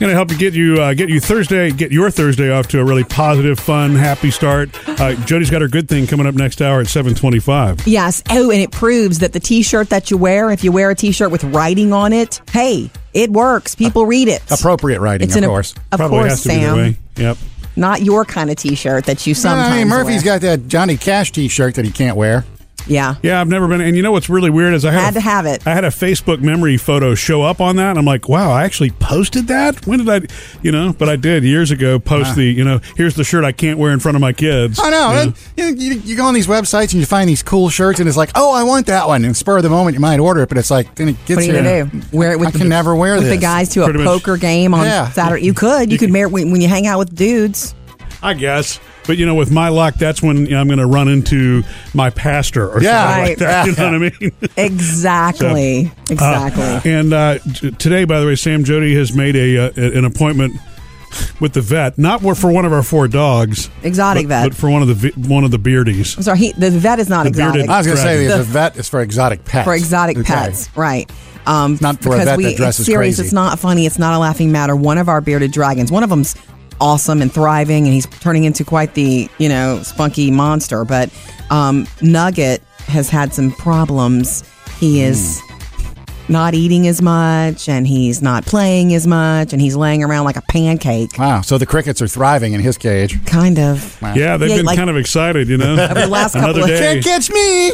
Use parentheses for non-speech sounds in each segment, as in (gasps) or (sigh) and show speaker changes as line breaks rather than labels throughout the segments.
Going to help you get you uh, get you Thursday, get your Thursday off to a really positive, fun, happy start. Uh, Jody's got her good thing coming up next hour at seven twenty-five.
Yes. Oh, and it proves that the T-shirt that you wear, if you wear a T-shirt with writing on it, hey, it works. People read it.
Appropriate writing,
It's
of
an-
course.
Of
Probably
course,
has to
Sam.
be the way. Yep.
Not your kind of T-shirt that you sometimes.
I mean, Murphy's
wear.
got that Johnny Cash T-shirt that he can't wear.
Yeah.
Yeah, I've never been. And you know what's really weird is I had,
Had
a-
to have it.
I had a Facebook memory photo show up on that, and I'm like, wow, I actually posted that. When did I? You know, but I did years ago. Post the, you know, here's the shirt I can't wear in front of my kids.
Ah. I know.
You
and You, Oh, you, you go on these websites and you find these cool shirts, and it's like, oh, I want that one. And spur of the moment, you might order it, but it's like, then it gets
What are you
here.
gonna do? Wear it with
I
the,
can never wear
with the
this.
guys to a
Pretty much.
poker game on
Yeah.
Saturday. You could. You could wear it when, when you hang out with dudes.
I guess. But you know, with my luck, that's when I'm going to run into my pastor or
Yeah.
something like
Right.
that. (laughs) You know what I mean?
(laughs) Exactly. exactly.
uh, And uh, t- today, by the way, Sam Jody has made a uh, an appointment with the vet, not for one of our four dogs,
Exotic
but,
vet.
but for one of the vi- one of the beardies.
I'm sorry. He, the vet is not
The bearded-
exotic
I was going to say,
Dragon.
the vet is for exotic pets.
for exotic
Okay.
pets, right? Um,
Not for a
because
vet
we,
that dresses
it's serious.
crazy.
It's not funny. It's not a laughing matter. One of our bearded dragons. One of them's awesome and thriving, and he's turning into quite the you know spunky monster. But um, Nugget has had some problems. He
Hmm.
is. Not eating as much, and he's not playing as much, and he's laying around like a pancake,
Wow. So the crickets are thriving in his cage.
kind of.
Yeah, they've
Yeah,
been
like-
kind of excited,
(laughs)
you know.
the last
Another
couple of-
day.
Can't catch me.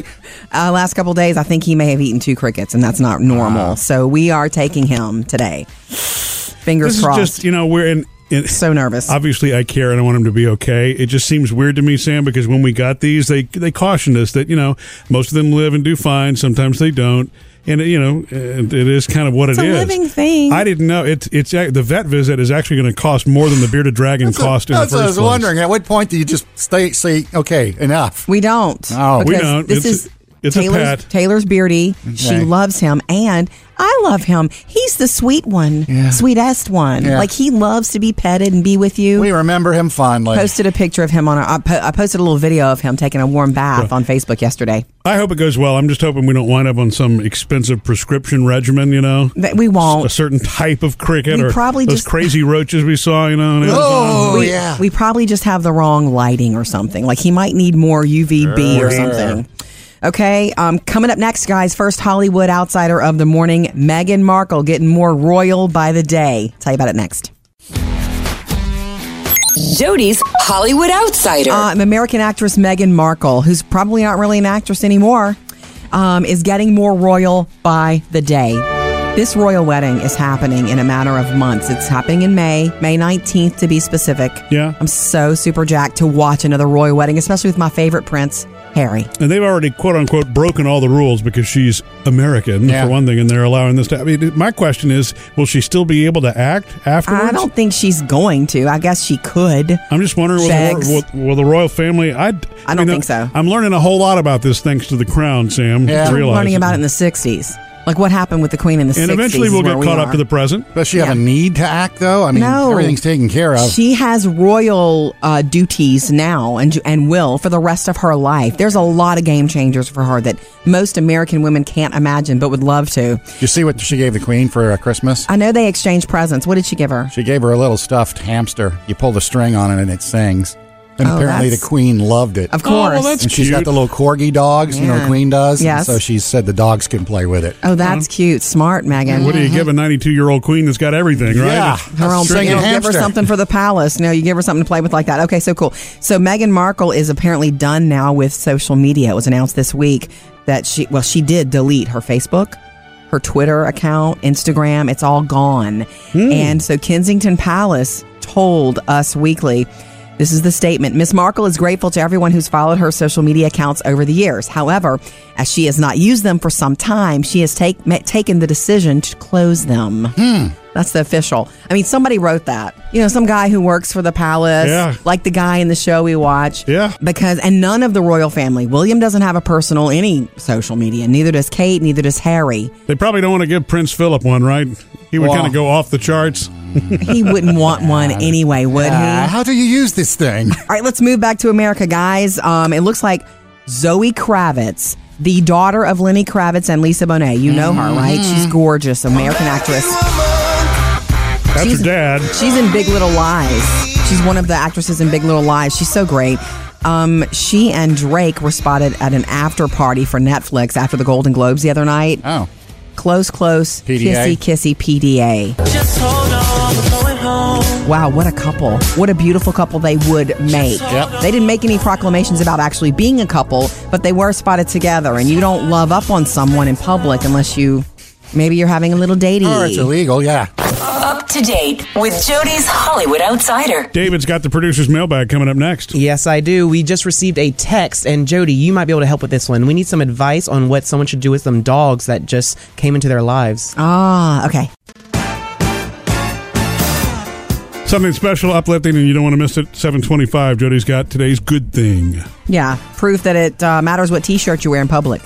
Uh, last couple days, I think he may have eaten two crickets, and that's not
Ah.
normal. So we are taking him today. Fingers
This is
crossed.
just you know we're in. in
so nervous.
Obviously, I care and I want him to be okay. It just seems weird to me, Sam, because when we got these, they they cautioned us that you know most of them live and do fine. Sometimes they don't, and you know it it is kind of what
It's
it
a
is.
living thing.
I didn't know it's it's a- the vet visit is actually going to cost more than the bearded dragon cost in the
That's
first
what I was
place.
wondering. At what point do you just stay, say, okay, enough?
we don't.
Oh. We
because
don't.
This
It's-
is
it's a
Taylor's,
pet.
Taylor's beardy. She
Okay.
loves him, and I love him. He's the sweet one,
Yeah.
sweetest one.
Yeah.
Like he loves to be petted and be with you.
We remember him fondly.
posted a picture of him on our. I, po- I posted a little video of him taking a warm bath on Facebook yesterday.
I hope it goes well. I'm just hoping we don't wind up on some expensive prescription regimen. You know,
But we won't.
a certain type of cricket
We
or
probably
those
just-
crazy roaches we saw. You know, on Amazon.
Oh,
we,
yeah.
we probably just have the wrong lighting or something. Like he might need more UVB or something. Okay, um, coming up next, guys. First Hollywood outsider of the morning, Meghan Markle getting more royal by the day. Tell you about it next.
Jody's Hollywood Outsider.
Um, American actress Meghan Markle, who's probably not really an actress anymore, um, is getting more royal by the day. This royal wedding is happening in a matter of months. It's happening in May, May 19th to be specific.
Yeah.
I'm so super jacked to watch another royal wedding, especially with my favorite prince, Harry.
And they've already, quote unquote, broken all the rules because she's American,
Yeah.
for one thing, and they're allowing this to. I mean, my question is will she still be able to act afterwards?
I don't think she's going to. I guess she could.
am just wondering, will
Shags.
the, will, will the royal family. I, I don't
don't think so.
I'm learning a whole lot about this thanks to the crown, Sam.
Yeah.
I
I'm
realize
learning
it.
about it in the 60s. Like what happened with the Queen in the 60s.
And eventually
is
we'll
where
get
we
caught up
are.
to the present.
Does she have
Yeah.
a need to act, though? I mean,
No.
everything's taken care of.
She has royal uh, duties now and and will for the rest of her life. There's a lot of game changers for her that most American women can't imagine but would love to.
you see what she gave the queen for uh, Christmas?
I know they exchanged presents. What did she give her?
She gave her a little stuffed hamster. You pull the string on it and it sings. And
Oh,
apparently the
that's-
queen loved it.
Of course.
Oh, well, that's-
and she's
cute.
got the little corgi dogs, you know,
Yeah.
the queen does. and
Yes.
So she said the dogs can play with it.
oh, that's cute. Smart, Megan.
What do you give a 92 year old queen that's got everything, right?
Yeah.
It's-
Mm-hmm. her own
String
thing. You
and
don't give her
hamster.
something for the palace. No, you give her something to play with like that. Okay, so cool. So Meghan Markle is apparently done now with social media. It was announced this week that she, well, she did delete her Facebook, her Twitter account, Instagram. It's all gone.
Hmm.
And so Kensington Palace told Us Weekly. This is the statement. Miss Markle is grateful to everyone who's followed her social media accounts over the years. However, as she has not used them for some time, she has take, ma- taken the decision to close them.
Hmm.
That's the official. I mean, somebody wrote that. You know, some guy who works for the palace,
Yeah.
like the guy in the show we watch.
Yeah.
Because, and none of the royal family, William doesn't have a personal, any social media. Neither does Kate, neither does Harry.
They probably don't want to give Prince Philip one, right? He would
Wow.
kind of go off the charts.
He wouldn't want one anyway, would
Uh,
he?
how do you use this thing?
All right, let's move back to America, guys. Um, it looks like Zoe Kravitz the daughter of Lenny Kravitz and Lisa Bonet. You know her, right? She's gorgeous, American actress.
That's
She's-
her dad.
She's in Big Little Lies. She's one of the actresses in Big Little Lies. She's so great. Um, she and Drake were spotted at an after party for Netflix after the Golden Globes the other night.
Oh.
Close, close,
PDA.
kissy, kissy, PDA.
Just hold on, we're going home.
Wow, what a couple. What a beautiful couple they would make.
Yep.
They didn't make any proclamations about actually being a couple, but they were spotted together. And you don't love up on someone in public unless you maybe you're having a little dating.
Or it's illegal, yeah.
Up to date with Jody's Hollywood Outsider.
David's got the producer's mailbag coming up next.
Yes, I do. We just received a text, and Jody, you might be able to help with this one. We need some advice on what someone should do with some dogs that just came into their lives.
ah, okay.
Something special, uplifting, and you don't want to miss it. 725, Jody's got today's good thing.
Yeah, proof that it uh, matters what T-shirt you wear in (laughs) public.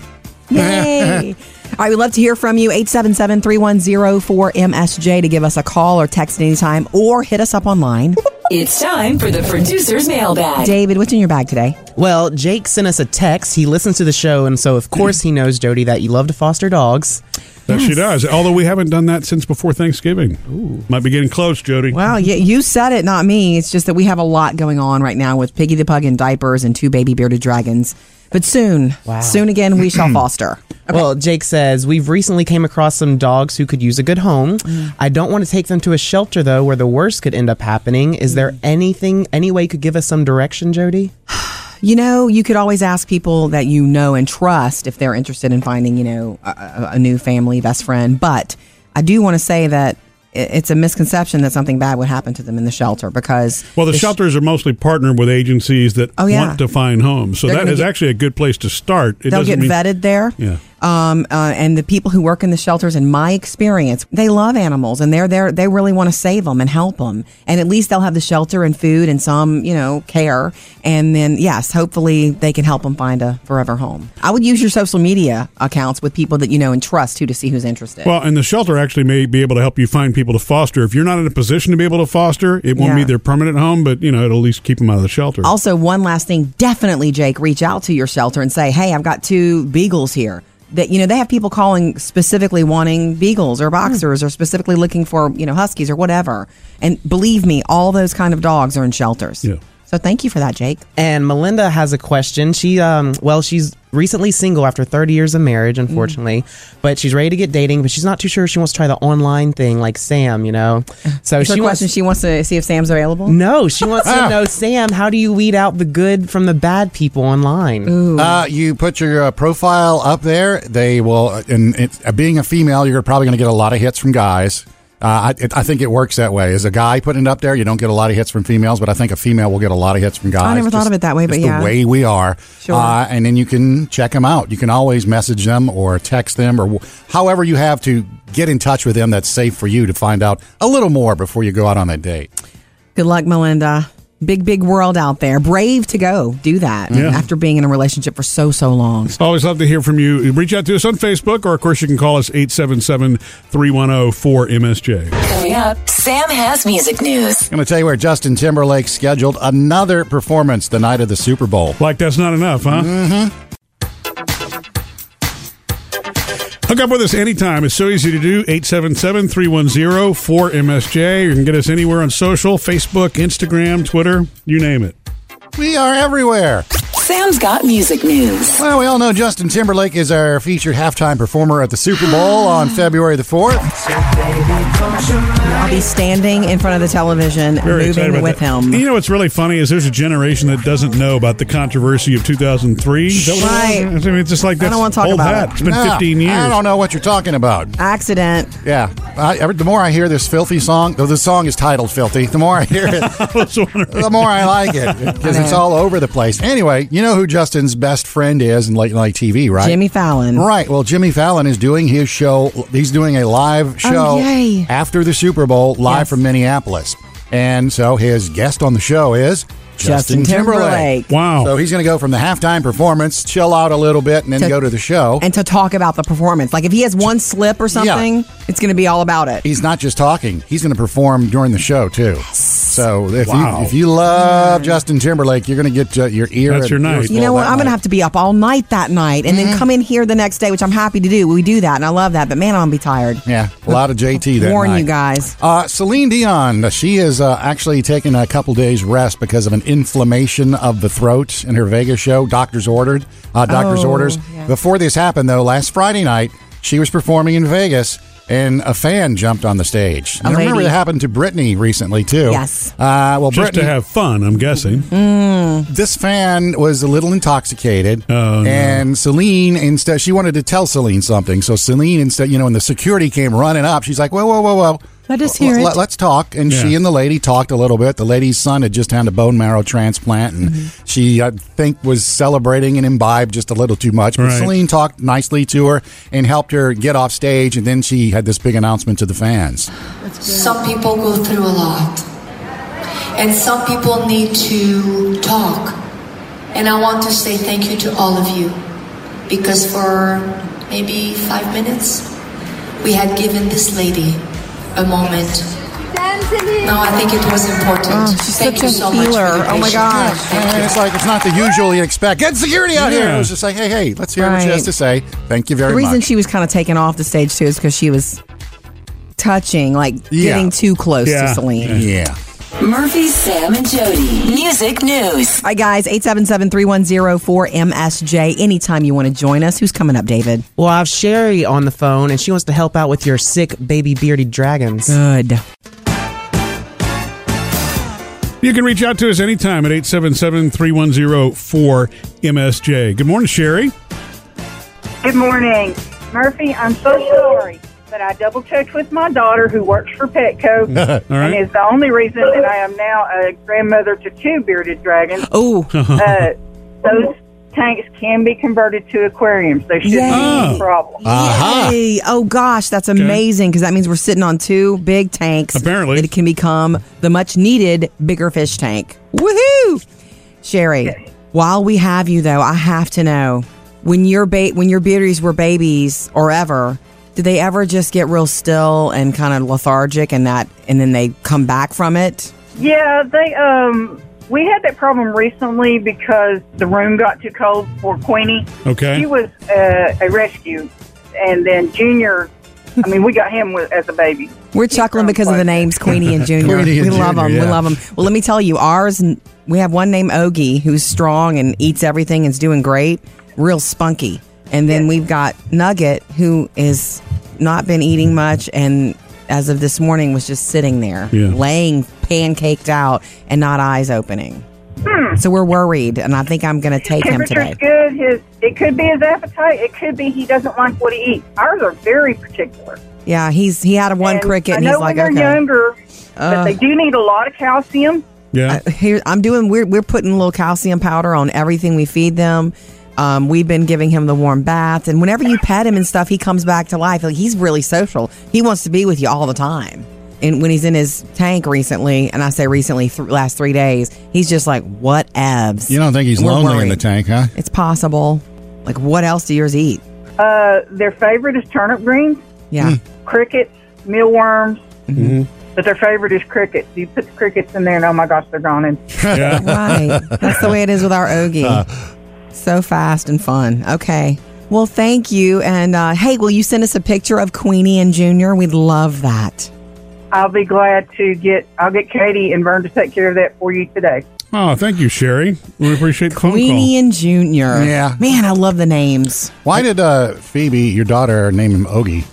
Yay! All right, we'd love to hear from you. 877-310-4MSJ to give us a call or text at any time or hit us up online.
It's time for the producer's mailbag.
David, what's in your bag today?
Well, Jake sent us a text. He listens to the show, and so of course he knows, Jody, that you love to foster dogs.
That she does. Although we haven't done that since before Thanksgiving. Might be getting close, Jody.
Well, you, you said it, not me. It's just that we have a lot going on right now with Piggy the Pug in diapers and two baby bearded dragons. But soon, soon again, we (clears throat) shall foster.
Well, Jake says, We've recently came across some dogs who could use a good home.
Mm.
I don't want to take them to a shelter, though, where the worst could end up happening. Is
Mm.
there anything, any way you could give us some direction, Jody?
You know, (sighs) you could always ask people that you know and trust if they're interested in finding, you know, a- a, a new family, best friend. But I do want to say that i- it's a misconception that something bad would happen to them in the shelter because
Well, the
sh-
shelters are mostly partnered with agencies that
Oh, yeah.
want to find homes. So
They're
that
gonna
is
get-
actually a good place to start. It
they'll
doesn't
get
mean-
vetted there.
Yeah.
Um, uh, and the people who work in the shelters, in my experience, they love animals and they're there. They really want to save them and help them. And at least they'll have the shelter and food and some, you know, care. And then, yes, hopefully they can help them find a forever home. I would use your social media accounts with people that you know and trust too to see who's interested.
Well, and the shelter actually may be able to help you find people to foster. If you're not in a position to be able to foster, it won't
Yeah.
be their permanent home, but you know it'll at least keep them out of the shelter.
also, one last thing, definitely, Jake, reach out to your shelter and say, "Hey, I've got two beagles here." That you know, they have people calling specifically wanting beagles or boxers or specifically looking for you know huskies or whatever. And believe me, all those kind of dogs are in shelters.
Yeah.
So thank you for that, Jake.
And Melinda has a question. She, um, well, she's recently single after 30 years of marriage, unfortunately, but she's ready to get dating, but she's not too sure she wants to try the online thing like Sam, you know? So
Is there
she
a question
wants. Mm.
she wants to see if Sam's available.
no, she wants
Ah.
to know, Sam, how do you weed out the good from the bad people online?
Uh, you put your uh, profile up there. They will, and it, uh, being a female, you're probably going to get a lot of hits from guys. Uh, I, it, I think it works that way. As a guy putting it up there, you don't get a lot of hits from females, but I think a female will get a lot of hits from guys.
never thought of it that way,
just
but yeah.
the way we are.
Sure.
Uh, and then you can check them out. You can always message them or text them or wh- however you have to get in touch with them. That's safe for you to find out a little more before you go out on that date.
Good luck, Melinda. Big, big world out there. Brave to go do that after being in a relationship for so, so long.
Always love to hear from you. Reach out to us on Facebook, or of course, you can call us 877 310 4MSJ.
Coming up, Sam has music news.
I'm going to tell you where Justin Timberlake scheduled another performance the night of the Super Bowl.
Like, that's not enough, huh? Mm-hmm. Hook up with us anytime. It's so easy to do. 877 310 4MSJ. You can get us anywhere on social Facebook, Instagram, Twitter, you name it.
We are everywhere.
Sam's got music news.
Well, we all know Justin Timberlake is our featured halftime performer at the Super Bowl
(gasps)
on February the 4th.
I'll be standing in front of the television,
Very excited
moving
about
with
that.
him.
You know what's really funny is there's a generation that doesn't know about the controversy of 2003. Is that what it was?
Right.
I mean, it's just like
I don't
that's
wanna talk
old
about
hat.
it.
It's been
No,
15 years.
I don't know what you're talking about.
Accident.
Yeah. I, every, the more I hear this filthy song, though the song is titled Filthy, the more I hear it,
(laughs) I was wondering.
the more I like
(laughs)
it because it's all over the place. Anyway, you know who Justin's best friend is in late night TV, right?
Jimmy Fallon.
Right. Well, Jimmy Fallon is doing his show. He's doing a live show
Oh, yay.
after the Super Bowl, live
Yes.
from Minneapolis. And so his guest on the show is Justin,
Justin Timberlake.
Wow.
So he's going to go from the halftime performance, chill out a little bit, and then
To-
go to the show.
And to talk about the performance. Like if he has one slip or something, it's going to be all about it.
he's not just talking; he's going to perform during the show too. So if
Wow.
you if you love Justin Timberlake, you're going to get uh, your ear.
That's
and
your night.
ears
Mm. You know
full
what?
that
I'm going
night. Mm-hmm.
to have to be up all night that night and then come in here the next day, which I'm happy to do. We do that, and I love that. But man, I'm be tired.
Yeah, a lot of JT that
Warn
night.
you guys.
Uh, Celine Dion, she is uh, actually taking a couple days rest because of an inflammation of the throat in her Vegas show. Doctors ordered, uh, doctors
Oh,
orders.
yeah.
Before this happened, though, last Friday night she was performing in Vegas. And a fan jumped on the stage.
A
I remember
lady.
it happened to Britney recently too.
Yes.
Uh, well,
Just
Britney,
to have fun, I'm guessing.
Mm. this fan was a little intoxicated,
Oh, no.
and Celine instead she wanted to tell Celine something. So Celine instead, you know, and the security came running up. She's like, "Whoa, whoa, whoa, whoa!
Let us
L-
hear
l-
it."
Let's talk." And she
Yeah.
and the lady talked a little bit. The lady's son had just had a bone marrow transplant, and
Mm-hmm.
she, I think, was celebrating and imbibed just a little too much. But
Right.
Celine talked nicely to her and helped her get off stage. And then she had this big announcement to the fans.
Some people go through a lot. And some people need to talk. And I want to say thank you to all of you. Because for maybe five minutes, we had given this lady a moment. No, I think it was important.
Oh, she's
thank
such
you
a
so much.
healer.
For your
Oh my
patience.
gosh.
Thank you.
And it's like it's not the usual you expect. Get security out here.
Yeah.
It was just like, hey, hey, let's hear what she
Right.
has to say. Thank you very
The reason
much.
she was kind of taken off the stage too is because she was touching, like
Yeah.
getting too close
Yeah.
to Celine.
yeah.
Murphy, Sam, and Jody. Music news.
All right, guys, 877-310-4MSJ. Anytime you want to join us. Who's coming up, David?
Well, I have Sherry on the phone, and she wants to help out with your sick baby bearded dragons.
Good.
You can reach out to us anytime at 877-310-4MSJ. Good morning, Sherry.
Good morning. Murphy, I'm so sorry, but I double checked with my daughter who works for Petco
(laughs) All
and
right.
is the only reason that I am now a grandmother to two bearded dragons.
Oh,
Uh, those tanks can be converted to aquariums. There shouldn't be
Yay.
any problem.
Aha.
yay. oh gosh, that's amazing because that means we're sitting on two big tanks.
Apparently.
It can become the much needed bigger fish tank. Woohoo! Sherry, while we have you though, I have to know when your ba- when your beauties were babies or ever, did they ever just get real still and kind of lethargic and that and then they come back from it?
Yeah, they um we had that problem recently because the room got too cold for Queenie.
Okay.
She was uh, a rescue and then Junior I mean, we got him with, as a baby.
We're chuckling because of the names
(laughs)
Queenie and Junior.
Queenie and
we love
Junior,
them. We
yeah.
love them. Well, let me tell you, ours. We have one named Ogie who's strong and eats everything and's doing great, real spunky. And then we've got Nugget who is not been eating much and as of this morning was just sitting there,
Yeah.
laying pancaked out and not eyes opening. So we're worried, and I think I'm going to take him today.
Temperature's Hmm. good. His it could be his appetite. It could be he doesn't like what he eats. Ours are very particular.
Yeah, he's he had a one
And
cricket,
I
and
know
he's
when
like,
they're
okay. Uh.
younger, but they do need a lot of calcium.
Yeah.
here I'm doing we're we're putting a little calcium powder on everything we feed them. Um, we've been giving him the warm bath, and whenever you pet him and stuff, he comes back to life. Like, he's really social. He wants to be with you all the time. And when he's in his tank recently, and I say recently, th- last three days, he's just like, "What evs?"
You don't think he's
We're
lonely in
worried.
the tank, huh?
It's possible. Like, what else do yours eat?
Uh, their favorite is turnip greens,
Yeah,
Hmm.
Mm-hmm.
crickets, mealworms.
Mm-hmm.
But their favorite is crickets. You put the crickets in there, and oh my gosh, they're gone. And
Yeah.
(laughs)
Uh,
right. That's the way it is with our Ogie. so fast and fun. Okay. Well, thank you. And uh, hey, will you send us a picture of Queenie and Junior? We'd love that.
I'll be glad to get. I'll get Katie and Vern to take care of that for you today.
Oh, thank you, Sherry. We appreciate the phone
Queenie
call.
and Junior.
Yeah.
Man, I love the names.
Why did uh, Phoebe, your daughter, name him Ogie?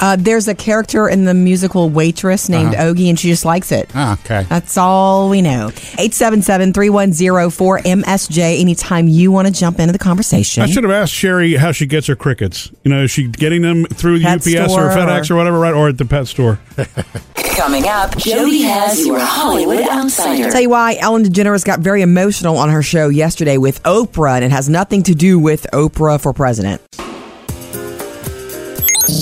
Uh, there's a character in the musical Waitress
Uh-huh.
named Ogie, and she just likes it.
Ah, okay.
That's all we know. 877 310 4MSJ. Anytime you want to jump into the conversation.
I should have asked Sherry how she gets her crickets. You know, is she getting them through
Pet
UPS
store
or FedEx or whatever, right? Or at the pet
(laughs)
store?
Coming up, Jody has your Hollywood Outsider.
Tell you why Ellen DeGeneres got very emotional on her show yesterday with Oprah, and it has nothing to do with Oprah for president.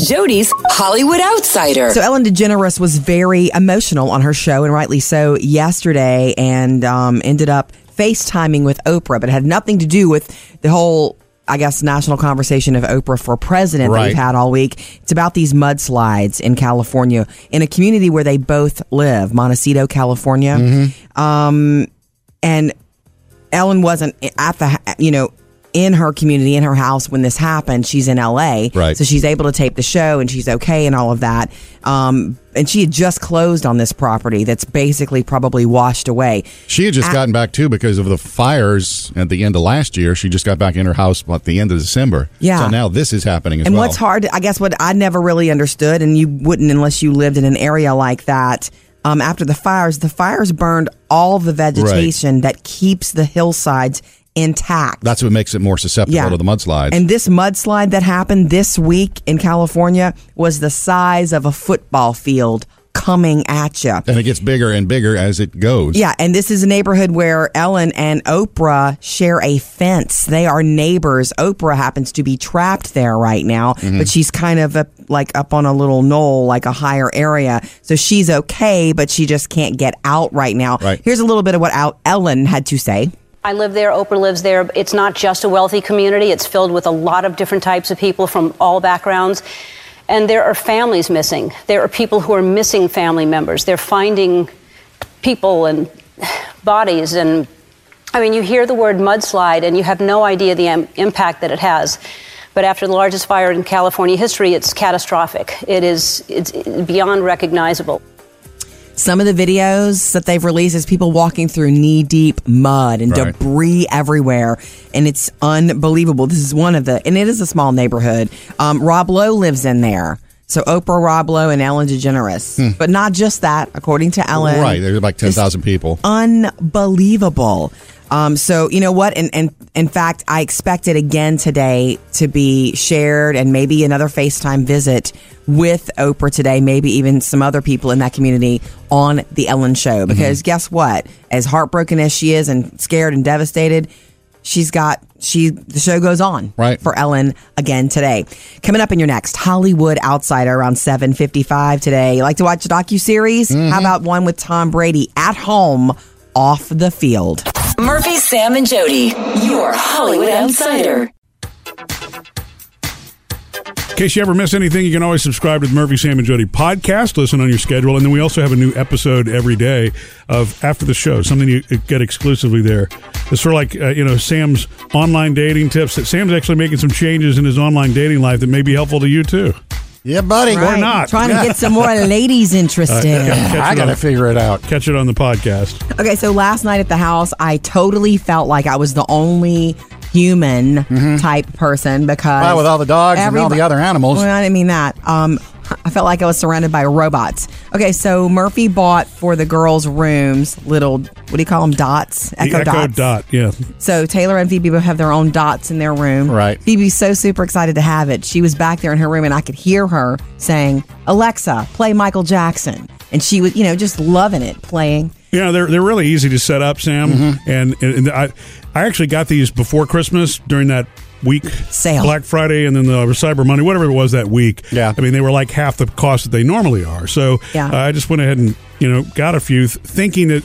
Jody's Hollywood Outsider.
So Ellen DeGeneres was very emotional on her show, and rightly so, yesterday, and um, ended up FaceTiming with Oprah, but it had nothing to do with the whole I guess, national conversation of Oprah for president that
Right.
we've had all week. It's about these mudslides in California in a community where they both live, Montecito, California. Um, and Ellen wasn't at the, you know, in her community, in her house when this happened. She's in LA.
Right.
So she's able to tape the show and she's okay and all of that. Um, and she had just closed on this property that's basically probably washed away.
She had just
I-
gotten back too because of the fires at the end of last year. She just got back in her house at the end of December.
Yeah.
So now this is happening as
and
well.
what's hard, I guess, what I never really understood, and you wouldn't unless you lived in an area like that. Um, after the fires, the fires burned all the vegetation that keeps the hillsides intact.
That's what makes it more susceptible to the mudslides.
And this mudslide that happened this week in California was the size of a football field coming at you.
and it gets bigger and bigger as it goes.
Yeah, and this is a neighborhood where Ellen and Oprah share a fence. They are neighbors. Oprah happens to be trapped there right now, but she's kind of up, like up on a little knoll, like a higher area. So she's okay, but she just can't get out right now.
Right.
Here's a little bit of what Al- Ellen had to say.
I live there, Oprah lives there. It's not just a wealthy community, it's filled with a lot of different types of people from all backgrounds. And there are families missing. There are people who are missing family members. They're finding people and bodies. And I mean, you hear the word mudslide and you have no idea the im- impact that it has. But after the largest fire in California history, it's catastrophic. It is it's beyond recognizable.
Some of the videos that they've released is people walking through knee deep mud and
Right.
debris everywhere, and it's unbelievable. This is one of the, and it is a small neighborhood. Um, Rob Lowe lives in there. So Oprah, Rob Lowe, and Ellen DeGeneres. But not just that, according to Ellen.
Hmm. Right. There's like 10,000 people.
Unbelievable. Um, so you know what? And, and in fact, I expect it again today to be shared and maybe another FaceTime visit with Oprah today, maybe even some other people in that community on the Ellen
Mm-hmm.
show. Because guess what? As heartbroken as she is and scared and devastated, she's got she the show goes on
Right.
for Ellen again today. Coming up in your next Hollywood Outsider around 7:55 today. You like to watch a docu series?
Mm-hmm.
How about one with Tom Brady at home off the field?
Murphy, Sam, and Jody, your Hollywood Outsider.
In case you ever miss anything, you can always subscribe to the Murphy, Sam, and Jody podcast. Listen on your schedule. And then we also have a new episode every day of After the Show, something you get exclusively there. It's sort of like, uh, you know, Sam's online dating tips that Sam's actually making some changes in his online dating life that may be helpful to you, too.
Yeah, buddy.
Right.
not.
Trying to
(laughs)
get some more ladies
Uh,
interested.
I got to figure it out.
Catch it on the podcast.
Okay, so last night at the house, I totally felt like I was the only human type person because
Mm-hmm. Well, with all the dogs and all
everybo-
the other animals.
Well, I didn't mean that. Um, I felt like I was surrounded by robots. Okay, so Murphy bought for the girls' rooms little what do you call them? Dots, echo,
the Echo
dots.
Dot, yeah.
So Taylor and Phoebe both have their own dots in their room.
Right.
Phoebe's so super excited to have it. She was back there in her room, and I could hear her saying, "Alexa, play Michael Jackson," and she was, you know, just loving it, playing.
You know, they're, they're really easy to set up, Sam.
Mm-hmm.
And, and I, I actually got these before Christmas during that week
Sale.
Black Friday and then the Cyber Monday, whatever it was that week.
Yeah.
I mean, they were like half the cost that they normally are. So
Yeah.
uh, I just went ahead and, you know, got a few th- thinking that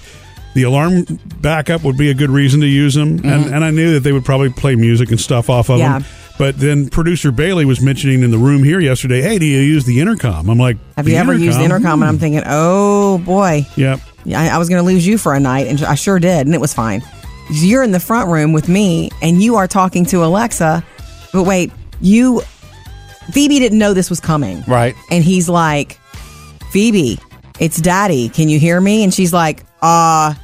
the alarm backup would be a good reason to use them. And, and I knew that they would probably play music and stuff off of
Mm-hmm. Yeah.
them. But then producer Bailey was mentioning in the room here yesterday, hey, do you use the intercom? I'm like,
Have you ever used the intercom? And I'm thinking, oh boy,
Yep.
I, I was going to lose you for a night, and I sure did, and it was fine. You're in the front room with me, and you are talking to Alexa. But wait, you, Phoebe didn't know this was coming,
Right.
And he's like, Phoebe, it's Daddy. Can you hear me? And she's like, uh, y-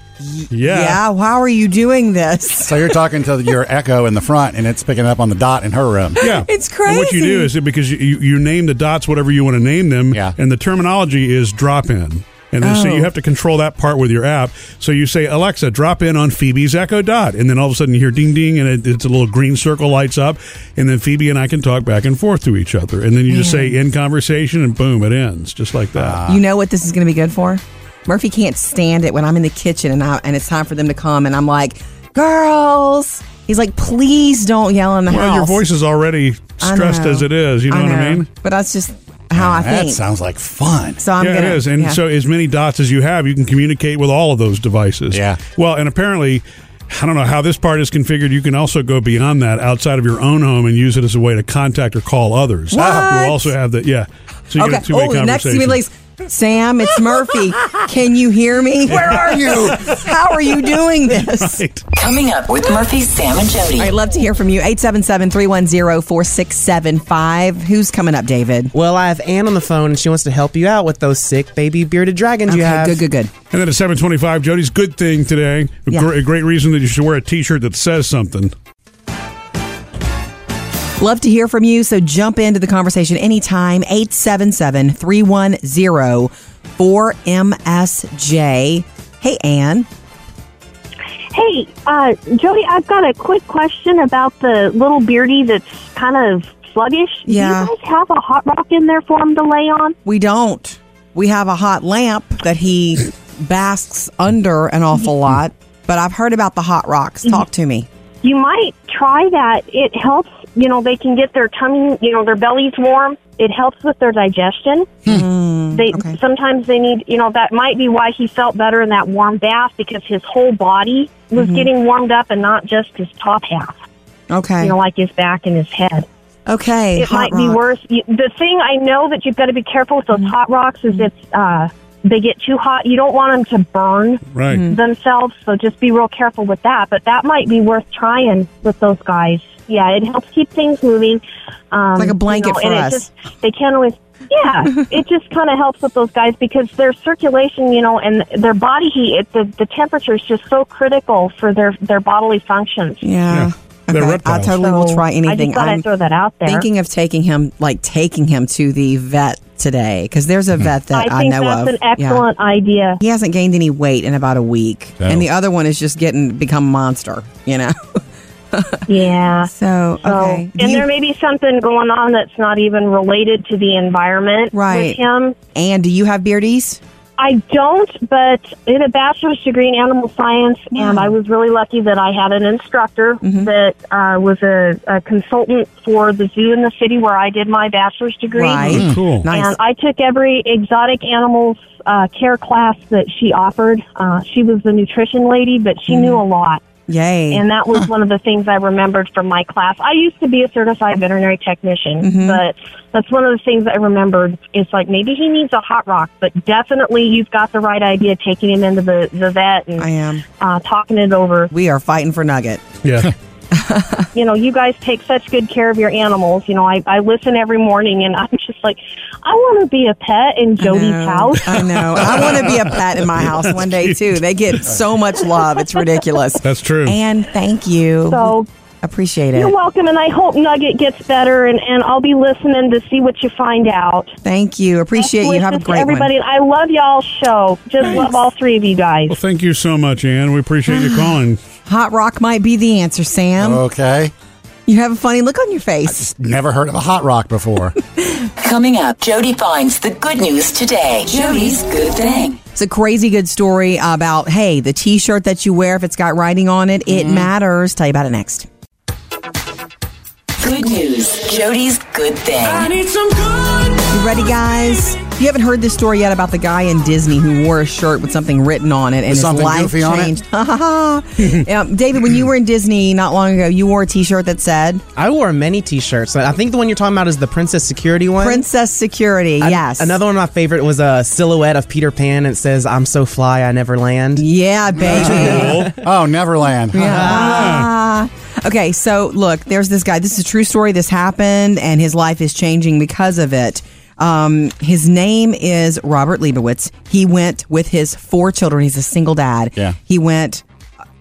Yeah.
yeah. How are you doing this?
So you're talking to your echo in the front, and it's picking up on the dot in her room.
Yeah,
(laughs) It's
And what you do
crazy.
is because you, you you name the dots whatever you want to name them,
Yeah.
and the terminology is drop in. And then, so
Oh.
you have to control that part with your app. So you say, Alexa, drop in on Phoebe's Echo Dot. And then all of a sudden you hear ding ding, and it, it's a little green circle lights up. And then Phoebe and I can talk back and forth to each other. And then you just say in conversation, and boom, it ends just like that.
You know what this is going to be good for? Murphy can't stand it when I'm in the kitchen and I, and it's time for them to come and I'm like, girls. He's like, please don't yell in the
well,
house.
your voice is already
I
stressed
know.
as it is. You know, what I mean?
But that's just how I
that
think.
sounds like fun.
so I'm
yeah,
gonna,
it is. And
yeah.
so, as many dots as you have, you can communicate with all of those devices.
Yeah.
Well, and apparently, I don't know how this part is configured. You can also go beyond that outside of your own home and use it as a way to contact or call others.
What?
We'll also have that. Yeah. So you
okay.
get a two-way
Oh, next to
conversation.
me, please. Sam,
(laughs)
it's Murphy. Can you hear me? Where are
(laughs)
you? How are you doing this?
Right.
Coming up with Murphy, Sam, and Jody.
All right, love to hear from you. 877 310 4675. Who's coming up, David?
Well, I have Anne on the phone, and she wants to help you out with those sick baby bearded dragons you have.
good, good, good.
And then at 725, Jody's good thing today. A
Yeah.
gr- a great reason that you should wear a T-shirt that says something.
Love to hear from you, so jump into the conversation anytime. 877 310 4MSJ. Hey, Ann.
Hey, uh, Jody, I've got a quick question about the little beardy that's kind of sluggish.
Yeah.
Do you guys have a hot rock in there for him to lay on?
We don't. We have a hot lamp that he basks under an
Mm-hmm.
awful lot, but I've heard about the hot rocks. Talk to me.
You might try that. It helps. You know, they can get their tummy, you know, their bellies warm. It helps with their digestion. (laughs) they
Hmm. okay.
sometimes they need, you know, that might be why he felt better in that warm bath because his whole body
Mm-hmm.
was getting warmed up and not just his top half.
Okay.
You know, like his back and his head.
Okay.
it
hot
might be
rock. Mm.
worse. You- The thing I know that you've got to be careful with those hot rocks is if uh, they get too hot, you don't want them to burn
Right.
Mm-hmm.
themselves. So just be real careful with that. But that might be worth trying with those guys. Yeah, it helps keep things moving. Um,
Like a blanket for
and it
us.
Just, they can't always. Yeah,
(laughs)
it just kind of helps with those guys because their circulation, you know, and their body heat, it, the the temperature is just so critical for their their bodily functions.
Yeah.
Yeah. They're
Okay. I
reptiles.
totally will
So
try
I just
anything.
thought
I'm
I'd throw that out there.
thinking of taking him, like taking him to the vet today, because there's
Hmm.
a vet that I,
I think
know
that's
of.
an
Yeah.
excellent idea.
He hasn't gained any weight in about a week,
No.
and the other one is just getting become a monster.
(laughs)
You know.
Yeah.
So
So,
okay. Do
and
you-
there may be something going on that's not even related to the environment with
Right.
him.
and do you have beardies?
I don't, but in a bachelor's degree in animal science, and I was really lucky that I had an instructor
Mm-hmm.
that uh, was a, a consultant for the zoo in the city where I did my bachelor's degree.
Right.
Oh, cool.
Nice.
And I took every exotic animals uh, care class that she offered. Uh, she was the nutrition lady, but she knew a lot.
Mm. Yay.
And that was one of the things I remembered from my class. I used to be a certified veterinary technician,
Mm-hmm.
but that's one of the things I remembered. It's like maybe he needs a hot rock, but definitely you've got the right idea taking him into the, the vet
I
and
am.
uh, talking it over.
We are fighting for Nugget.
Yeah.
You know, you guys take such good care of your animals. You know, I, I listen every morning and (laughs) I'm just like, I want to be a pet in Jody's
No,
house.
I know. Oh, I want to be a pet in
(laughs)
my house
(laughs)
one day too. They get so much love. It's ridiculous.
That's true.
And thank you.
So
Appreciate it.
you're welcome, and I hope Nugget gets better, and, and I'll be listening to see what you find out.
Thank you. Appreciate you.
Wishes
Have a
to
great one.
everybody. I love y'all's show. Just
(laughs)
love all three of you guys.
Well, thank you so much, Ann. We appreciate
(sighs)
you calling.
Hot rock might be the answer, Sam.
Uh, Okay.
You have a funny look on your face.
Never heard of a hot rock before.
Coming up, Jody finds the good news today. Jody's good thing.
It's a crazy good story about hey, the T-shirt that you wear if it's got writing on it,
Mm-hmm.
it matters. Tell you about it next.
Good news. Jody's good thing.
need some good
You ready, guys? You haven't heard this story yet about the guy in Disney who wore a shirt with something written on it and his
something
life
goofy on it?
changed. (laughs) um, David, when you were in Disney not long ago, you wore a T-shirt that said
I wore many T-shirts. I think the one you're talking about is the Princess Security one.
"Princess Security."
An-
yes,
Another one of my favorite was a silhouette of Peter Pan. and It says, "I'm so fly, I never land."
Yeah, baby.
oh,
(laughs)
Neverland.
Ah. Okay, so look, there's this guy. This is a true story. This happened, and his life is changing because of it. Um, his name is Robert Leibowitz. He went with his four children. He's a single dad.
Yeah.
He went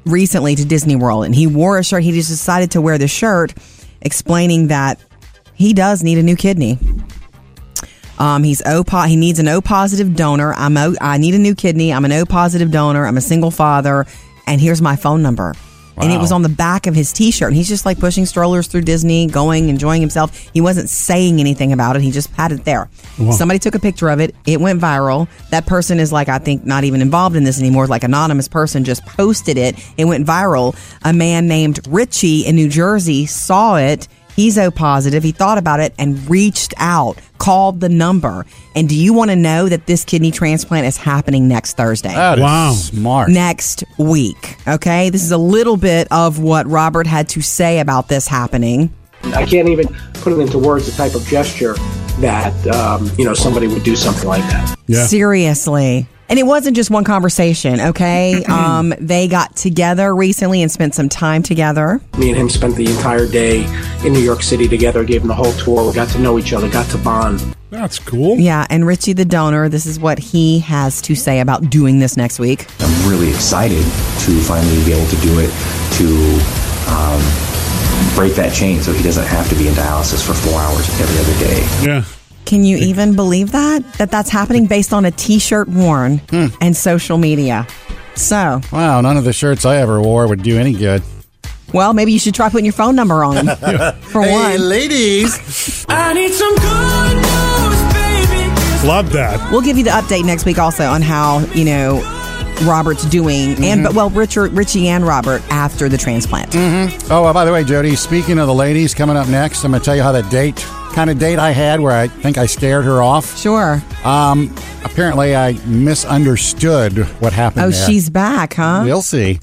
recently to Disney World, and he wore a shirt. He just decided to wear the shirt, explaining that he does need a new kidney. Um, he's O po- he needs an O positive donor. I'm o- I need a new kidney. I'm an O positive donor. I'm a single father, and here's my phone number. And it
Wow.
was on the back of his T-shirt. And he's just like pushing strollers through Disney, going, enjoying himself. He wasn't saying anything about it. He just had it there. Somebody took a picture of it. It went viral. That person is like, I think, not even involved in this anymore. Like anonymous person just posted it. It went viral. A man named Richie in New Jersey saw it. He's O positive. He thought about it and reached out, called the number. And do you want to know that this kidney transplant is happening next Thursday?
That is Wow. smart.
Next week. Okay. This is a little bit of what Robert had to say about this happening.
I can't even put it into words the type of gesture that um, you know somebody would do something like that.
Seriously. And it wasn't just one
(clears throat)
conversation, okay? um, they got together recently and spent some time together.
Me and him spent the entire day in New York City together. Gave him the whole tour. We got to know each other. Got to bond.
That's cool.
Yeah, and Richie the donor, this is what he has to say about doing this next week.
I'm really excited to finally be able to do it to um, break that chain so he doesn't have to be in dialysis for four hours every other day.
Yeah.
Can you even believe that? That that's happening based on a t-shirt worn
Hmm.
and social media. So,
Wow, none of the shirts I ever wore would do any good.
well, maybe you should try putting your phone number on
(laughs)
them. For
Hey,
one.
ladies.
I need some good news, baby.
Love that.
We'll give you the update next week also on how, you know, Robert's doing
Mm-hmm.
and but well, Richard Richie and Robert after the transplant.
Oh, well, by the way, Jody, speaking of the ladies coming up next, I'm going to tell you how that date, kind of date I had where I think I scared her off.
Sure.
Um, apparently I misunderstood what happened.
Oh,
there.
she's back, huh?
We'll see.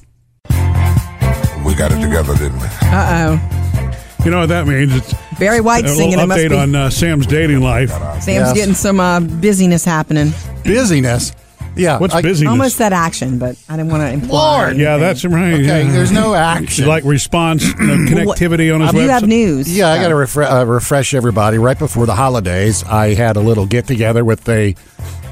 We got it together, didn't we?
Uh-oh.
You know what that means? It's
Barry White
a little
singing it must
update
be
on uh, Sam's dating life.
Sam's
Yes.
getting some uh, busyness happening.
Busyness. Yeah.
What's
I-
busyness?
Almost said action, but I didn't want to imply.
Lord.
Yeah, that's right.
Okay,
yeah.
there's no action.
Like
(clears throat)
response, no connectivity on his
you have
website.
news.
Yeah, I got to refre- uh, refresh everybody. Right before the holidays, I had a little get together with a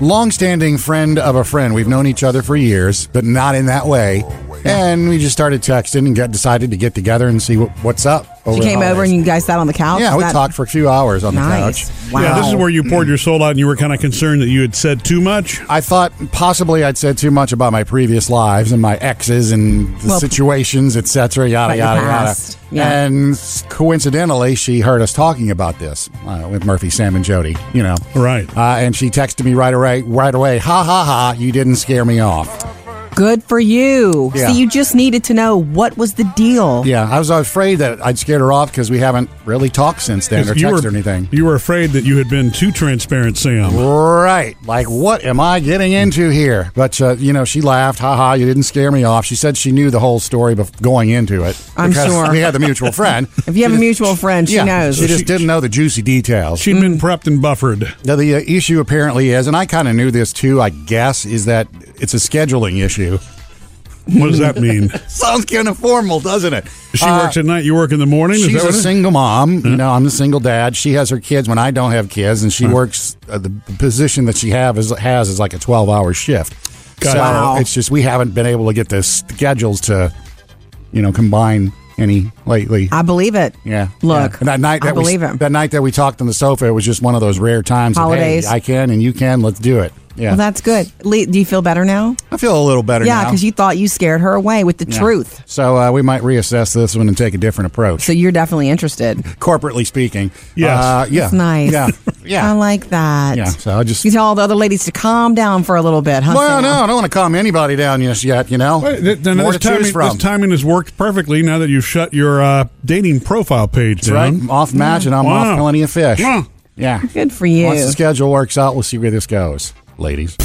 longstanding friend of a friend. We've known each other for years, but not in that way. And we just started texting and got decided to get together and see what, what's up.
She
the
came over
holidays.
and you guys sat on the couch.
yeah,
Is
we
that-
talked for a few hours on
Nice.
the couch.
Wow.
Yeah, this is where you poured your soul out and you were kind of concerned that you had said too much.
I thought possibly I'd said too much about my previous lives and my exes and the
Well,
situations, etc. Yada
about
yada
your past.
yada.
Yeah.
And s- coincidentally, she heard us talking about this uh, with Murphy, Sam, and Jody. You know,
Right.
Uh, and she texted me right away, right away. Ha ha ha! You didn't scare me off.
Good for you.
Yeah.
See, you just needed to know what was the deal.
Yeah, I was afraid that I'd scared her off because we haven't really talked since then or
you
texted
were,
or anything.
You were afraid that you had been too transparent, Sam.
Right. Like, what am I getting into here? But, uh, you know, she laughed. Ha ha, you didn't scare me off. She said she knew the whole story bef- going into it.
I'm
because
sure.
We had the
(laughs)
mutual friend.
If you have a mutual friend, she
yeah,
knows. Mm.
She just didn't know the juicy details.
She'd been prepped and buffered.
now, the uh, issue apparently is, and I kind of knew this too, I guess, is that it's a scheduling issue.
What does that
(laughs)
mean?
Sounds kind of formal, doesn't it?
She
Uh,
works at night, you work in the morning? Is
She's
that
a
what it is?
single mom. You know, I'm the single dad. She has her kids when I don't have kids, and she
Uh-huh.
works uh, the position that she have is has is like a 12 hour shift.
Got
so
it. Wow.
it's just we haven't been able to get the schedules to, you know, combine any lately.
I believe it.
yeah.
Look,
Yeah. And that night
I
that we-
believe it.
That night that we talked on the sofa, it was just one of those rare times. of, hey,
Holidays.
I can and you can. Let's do it. Yeah.
Well, that's good. Lee, do you feel better now?
I feel a little better
yeah,
now.
because you thought you scared her away with the
Yeah.
truth.
So uh, we might reassess this one and take a different approach,
So you're definitely interested.
corporately speaking.
Yes.
Uh, yeah.
That's nice. (laughs)
Yeah. Yeah.
I like that.
Yeah, so I just-
You tell all the other ladies to calm down for a little bit, huh?
Well,
Sam?
no, I don't want to calm anybody down just yet. You know,
Wait, th- then
more
this,
to choose
timing,
from.
this timing has worked perfectly now that you've shut your uh, dating profile page
That's right?
down.
I'm off match, and I'm
Wow.
off plenty of fish.
Yeah.
Yeah.
Good for you.
Once the schedule works out, we'll see where this goes, ladies.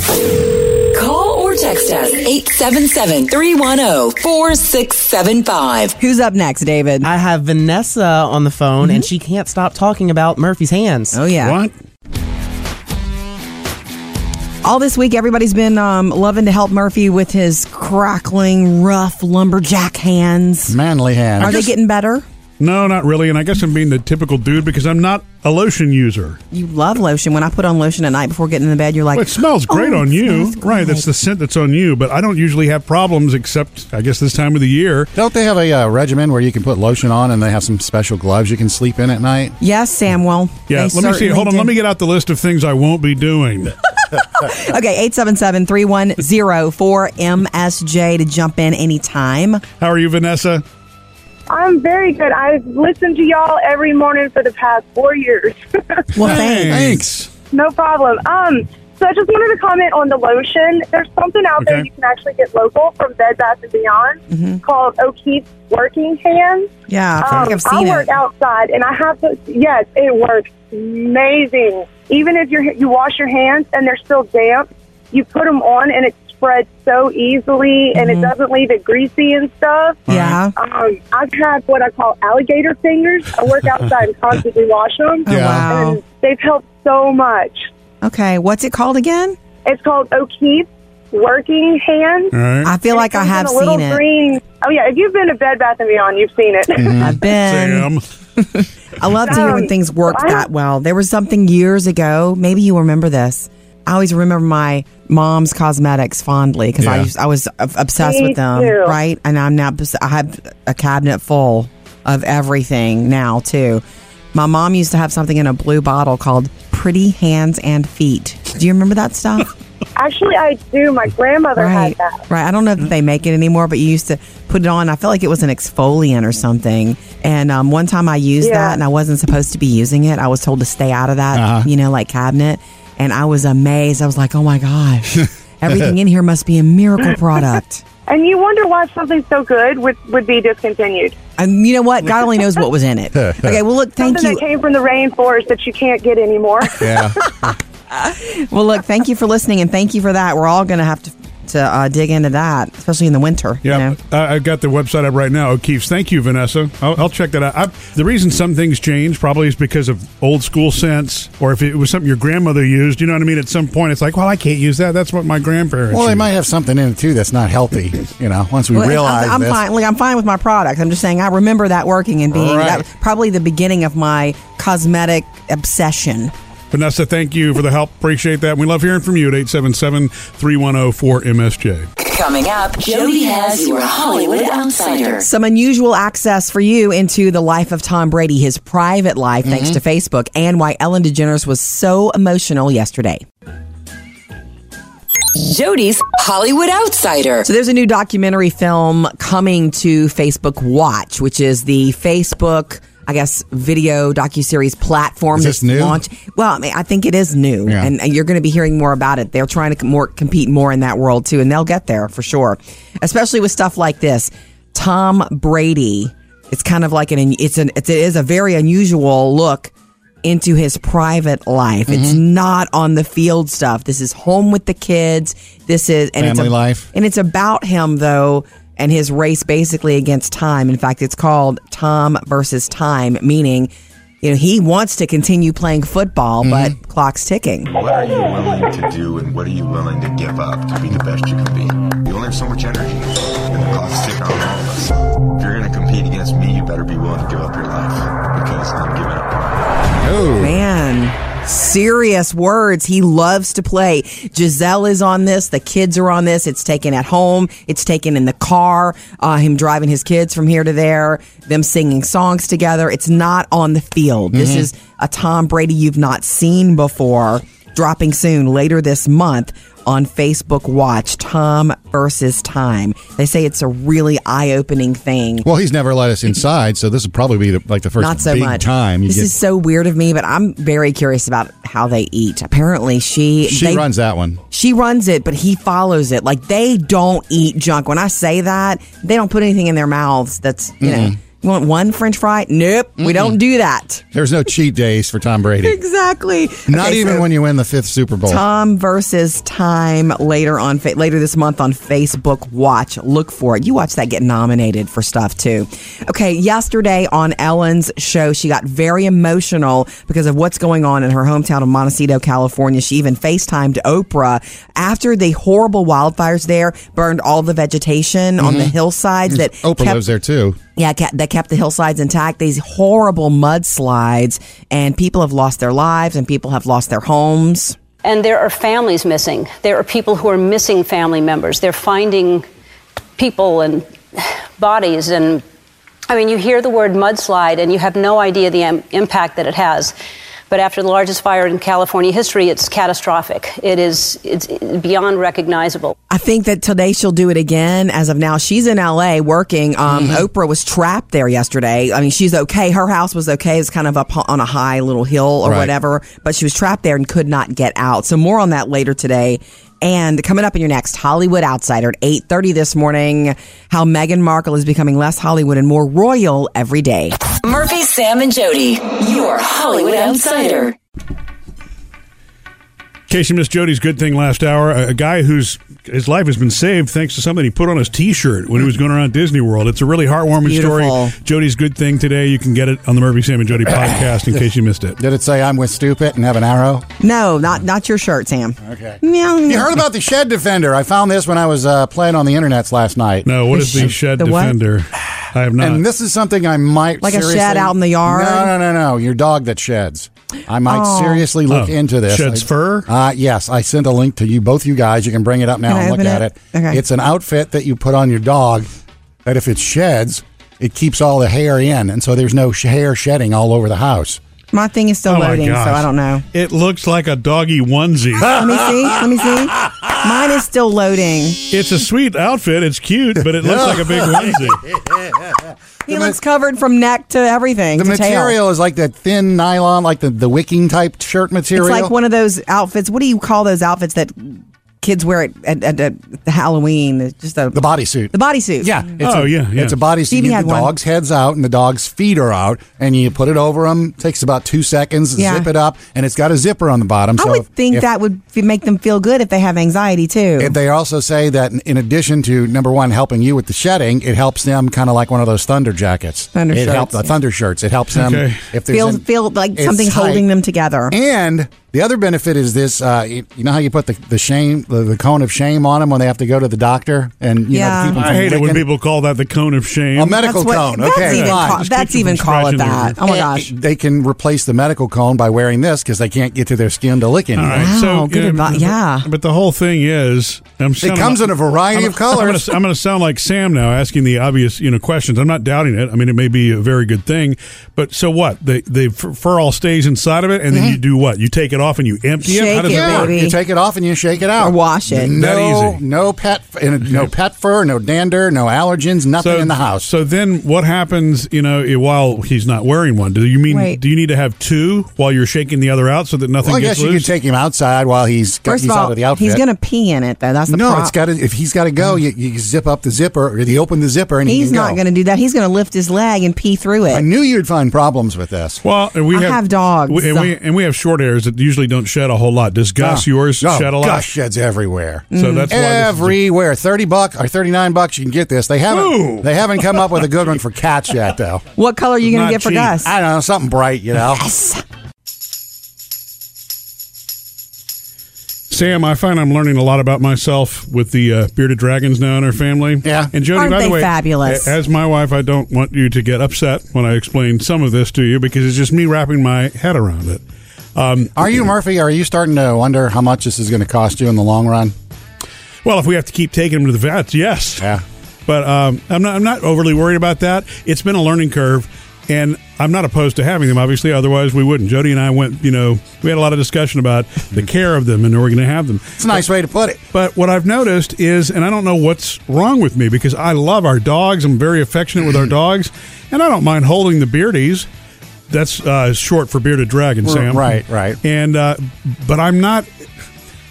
Call or text us 877 310 4675.
Who's up next, David?
I have Vanessa on the phone, and she can't stop talking about Murphy's hands.
oh yeah.
What?
All this week, everybody's been um, loving to help Murphy with his crackling, rough lumberjack hands.
Manly hand.
Are they getting better?
No, not really. And I guess I'm being the typical dude because I'm not a lotion user.
You love lotion. When I put on lotion at night before getting in the bed, you're like,
Well, it smells great
"Oh,
on
it
you.
smells
Right. That's the
good."
scent that's on you. But I don't usually have problems except, I guess, this time of the year.
Don't they have a uh, regimen where you can put lotion on, and they have some special gloves you can sleep in at night?
Yes, Samuel.
Yeah, let
They
me see.
certainly
Hold on.
do.
Let me get out the list of things I won't be doing.
Okay, 877-310-4MSJ to jump in anytime.
How are you, Vanessa?
I'm very good. I've listened to y'all (laughs) every morning for the past four years.
Well, thanks.
no problem. Um, So I just wanted to comment on the lotion. There's something out there
Okay.
you can actually get local from Bed Bath and Beyond called O'Keefe's Working Hands.
Yeah, I think I've seen
Um, I work
it.
outside, and I have to. Yes, it works amazing. Even if you you wash your hands and they're still damp, you put them on, and it spreads so easily, and it doesn't leave it greasy and stuff.
Mm-hmm. Yeah.
Um, I've had what I call alligator fingers. I work outside and constantly wash them.
Oh, wow.
And they've helped so much.
Okay, what's it called again?
It's called O'Keefe's Working Hands.
I feel like I
It's in
have
a little
seen it.
green. Oh yeah, if you've been to Bed Bath and Beyond, you've seen it.
Mm-hmm.
I've been. (laughs) I love to hear when things work that well. There was something years ago. Maybe you remember this. I always remember my mom's cosmetics fondly because I
Yeah.
used, I was ob- obsessed
Me
with them,
too.
right? And I'm now obs- I have a cabinet full of everything now too. My mom used to have something in a blue bottle called Pretty Hands and Feet. Do you remember that
(laughs)
stuff?
Actually, I do. My grandmother
right,
had that.
right. I don't know if they make it anymore, but you used to put it on. I felt like it was an exfoliant or something. And um, one time I used
Yeah.
that, and I wasn't supposed to be using it. I was told to stay out of that,
Uh-huh.
you know, like cabinet. And I was amazed. I was like, oh my gosh, everything in here must be a miracle product.
And you wonder why something so good would would be discontinued.
And you know what? God only knows what was in it. (laughs) Okay, well look, thank
something
you.
that came from the rainforest that you can't get anymore.
Yeah. (laughs) well, look, thank you for listening, and thank you for that. We're all going to have to to uh, dig into that, especially in the winter.
Yeah, I, I got the website up right now. O'Keefe's. Thank you, Vanessa. I'll, I'll check that out. I, the reason some things change probably is because of old school sense, or if it was something your grandmother used. You know what I mean? At some point, it's like, well, I can't use that. That's what my grandparents.
Well, they
used.
might have something in it too that's not healthy. You know, once we
Well,
realize
I'm, I'm
this,
fine. Look, I'm fine with my product. I'm just saying I remember that working and being
Right.
that was probably the beginning of my cosmetic obsession.
Vanessa, thank you for the help. Appreciate that. We love hearing from you at 877-3104-MSJ.
Coming up, Jody has your Hollywood Outsider.
Some unusual access for you into the life of Tom Brady, his private life, thanks
Mm-hmm.
Mhm.
to Facebook, and why Ellen DeGeneres was so emotional yesterday.
Jody's Hollywood Outsider.
So there's a new documentary film coming to Facebook Watch, which is the Facebook, I guess, video docuseries platform
Is this
that's
new?
launched. Well, I, mean, I think it is new, and you're going to be hearing more about it. They're trying to com- more compete more in that world too, and they'll get there for sure, especially with stuff like this. Tom Brady. It's kind of like an it's an it is a very unusual look into his private life. It's
Mm-hmm.
not on the field stuff. This is home with the kids. This is and it's
Family
a-
life.
and it's about him, though, and his race basically against time. In fact, it's called Tom versus Time, meaning, you know, he wants to continue playing football, but clock's ticking.
What are you willing to do and what are you willing to give up to be the best you can be? You only have so much energy, and the clock's ticking on all of us. If you're going to compete against me, you better be willing to give up your life because I'm giving up mine.
Man, serious words. He loves to play. Giselle is on this. The kids are on this. It's taken at home. It's taken in the car. Uh, him driving his kids from here to there. Them singing songs together. It's not on the field. This
Mhm.
is a Tom Brady you've not seen before. Dropping soon later this month on Facebook Watch Tom versus Time. They say it's a really eye opening thing.
well, Oh, he's never let us inside, so this would probably be the, like the first
Not so
big
much.
time. You
This
get,
is so weird of me, but I'm very curious about how they eat. Apparently, she
she
they-
runs that one.
She runs it, but he follows it. Like they don't eat junk. When I say that, they don't put anything in their mouths. That's you know,
Mm-mm.
you want one French fry? Nope, we
Mm-mm.
don't do that.
(laughs) There's no cheat days for Tom Brady.
(laughs) Exactly.
Not
Okay,
even
so-
when you win the fifth Super Bowl.
Tom versus Time later on fa- later this month on Facebook Watch. Look for it. You watch that get nominated for stuff too. Okay, yesterday on Ellen's show, she got very emotional because of what's going on in her hometown of Montecito, California. She even FaceTimed Oprah after the horrible wildfires there burned all the vegetation on the
Mhm.
hillsides that
Oprah
kept
lives there too.
yeah, ca- that kept the hillsides intact. These horrible mudslides, and people have lost their lives, and people have lost their homes.
And there are families missing. There are people who are missing family members. They're finding people and (sighs) bodies. And I mean, you hear the word mudslide and you have no idea the im- impact that it has. But after the largest fire in California history, it's catastrophic. It is it's beyond recognizable.
I think that today she'll do it again. As of now, she's in LA working.
Mm-hmm.
Um, Oprah was trapped there yesterday. I mean, she's okay. Her house was okay. It's kind of up on a high little hill or
Right.
whatever, but she was trapped there and could not get out. So more on that later today. And coming up in your next Hollywood Outsider at 8:30 this morning, how Meghan Markle is becoming less Hollywood and more royal every day.
Murphy, Sam, and Jody, your Hollywood Outsider.
In case you missed Jody's good thing last hour, a a guy whose his life has been saved thanks to something he put on his T-shirt when he was going around Disney World. It's a really heartwarming
Beautiful.
story. Jody's good thing today. You can get it on the Murphy Sam and
(coughs)
Jody podcast in case you missed it.
Did it say I'm with stupid and have an arrow?
No, not not your shirt, Sam.
Okay.
You
You heard about the Shed Defender. I found this when I was uh, playing on the internets last night.
No, what is the shed defender? I have not.
And this is something I might
Like a shed
seriously-
out in the yard?
No, no, no, no. Your dog that sheds. I might
Oh.
seriously look
Oh,
into this.
sheds
I-
fur?
Uh, yes, I sent a link to you, both you guys. You can bring it up now
Can I
and look
open
at
it?
it.
Okay.
It's an outfit that you put on your dog that if it sheds, it keeps all the hair in, and so there's no sh- hair shedding all over the house.
My thing is still
Oh my
loading, so
gosh.
I don't know.
It looks like a doggy onesie.
Let me see. Let me see. Mine is still loading.
It's a sweet outfit. It's cute, but it looks like a big onesie.
(laughs) He looks covered from neck to everything.
The
to tail.
material is like that thin nylon, like the, the wicking type shirt material.
It's like one of those outfits. What do you call those outfits that kids wear at, at, at, at the Halloween? It's Just a, the
bodysuit.
The bodysuit.
Yeah. It's
Oh,
a,
yeah, yeah.
It's a bodysuit.
Phoebe
You- The
had one.
dog's head's out and the dog's feet are out, and you put it over them. Takes about two seconds. to
Yeah.
Zip it up, and it's got a zipper on the bottom.
I
so
would
if-
think
if-
that would f- make them feel good if they have anxiety too.
If they also say that in- in addition to number one helping you with the shedding, it helps them kind of like one of those thunder jackets.
Thunder
it
shirts,
help- the
yeah.
thunder shirts. It helps them
Okay.
if there's
feel
an-
feel like
it's
something's
tight.
holding them together.
And the other benefit is this: uh, you you know how you put the, the shame, the, the cone of shame on them when they have to go to the doctor, and you
Yeah.
know, to keep 'em
I
from
hate it when
licking?
people call that the cone of shame.
A medical
That's what-
cone.
that's
okay,
even
fine.
call- Just that's keep even them from call it scratching that. their- Oh my
And
gosh.
They can replace the medical cone by wearing this because they can't get to their skin to lick
All
anymore.
right. so, um,
good advi-
but-
yeah.
But the whole thing is, I'm sounding
comes in a variety
I'm-
of colors.
I'm gonna s- I'm going to sound like Sam now, asking the obvious, you know, questions. I'm not doubting it. I mean, it may be a very good thing, but so what? The the f- fur all stays inside of it, and then you do what? You take it off and you empty it. How
Shake
does
it,
that work?
baby.
You take Mm-hmm. it off and you shake it out.
Or wash it.
No,
That easy.
no pet, and no pet fur, no dander, no allergens, nothing in the house.
So then, what happens? You know, i- while he's not wearing one, do you mean?
Wait.
Do you need to have two while you're shaking the other out so that nothing
Well, I
gets
guess you
loose?
could take him outside while he's
First
he's
of
out
all,
of the outfit.
he's gonna pee in it though. That's the
no,
problem.
it's got to. If he's got to go, you, you zip up the zipper or you open the zipper, and he
He's
can
not
go.
gonna do that. He's gonna lift his leg and pee through it.
I knew you'd find problems with this.
well, and we
I
have,
have dogs.
we- and, we, and we have short hairs that usually don't shed a whole lot. Does Gus
No.
yours
No,
shed a lot?
Gus sheds everywhere.
Mm.
So that's why this is a-
everywhere. Thirty buck or thirty nine bucks, you can get this. They haven't
Ooh.
they haven't come up with a good one for cats yet, though.
(laughs) what color are you gonna
Not
get for
cheap.
Gus?
I don't know, something bright, you know.
Yes.
Sam, I find I'm learning a lot about myself with the uh, bearded dragons now in our family.
Yeah.
and Jody,
Aren't
by the
they
way,
fabulous?
a- As my wife, I don't want you to get upset when I explain some of this to you because it's just me wrapping my head around it. Um,
Are you Murphy? Are you starting to wonder how much this is going to cost you in the long run?
Well, if we have to keep taking them to the vets, yes.
Yeah.
But um, I'm not. I'm not overly worried about that. It's been a learning curve, and I'm not opposed to having them. Obviously, otherwise we wouldn't. Jody and I went. You know, we had a lot of discussion about
(laughs)
the care of them, and are we going to have them?
It's a nice way to put it.
But what I've noticed is, and I don't know what's wrong with me because I love our dogs. I'm very affectionate with our
(clears throat)
dogs, and I don't mind holding the beardies. That's uh, short for bearded dragon,
R-
Sam.
right, right.
And uh, but I'm not.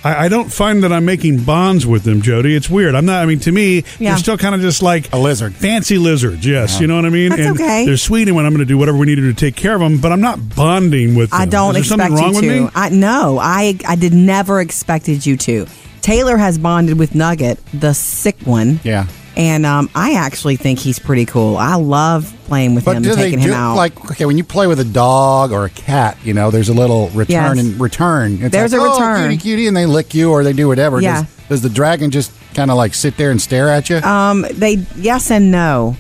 I, I don't find that I'm making bonds with them, Jody. It's weird. I'm not. I mean, to me,
Yeah.
they're still kind of just like
A lizard.
fancy lizards. Yes, you know what I mean.
That's
and
okay.
They're sweet, and when I'm going to do whatever we need to do to take care of them, but I'm not bonding with. them.
I don't
Is there
expect
something wrong
you
with me?
to. I no, I I did never expected you to. Taylor has bonded with Nugget, the sick one.
Yeah.
And um, I actually think he's pretty cool. I love playing with
But
him
do
and
they
taking
do
him out.
like okay when you play with a dog or a cat? You know, there's a little return
Yes.
and return. It's
There's
like,
a
"Oh,
return."
cutie, cutie, and they lick you or they do whatever.
Yeah.
Does, does the dragon just kind of like sit there and stare at you?
um, they yes and no.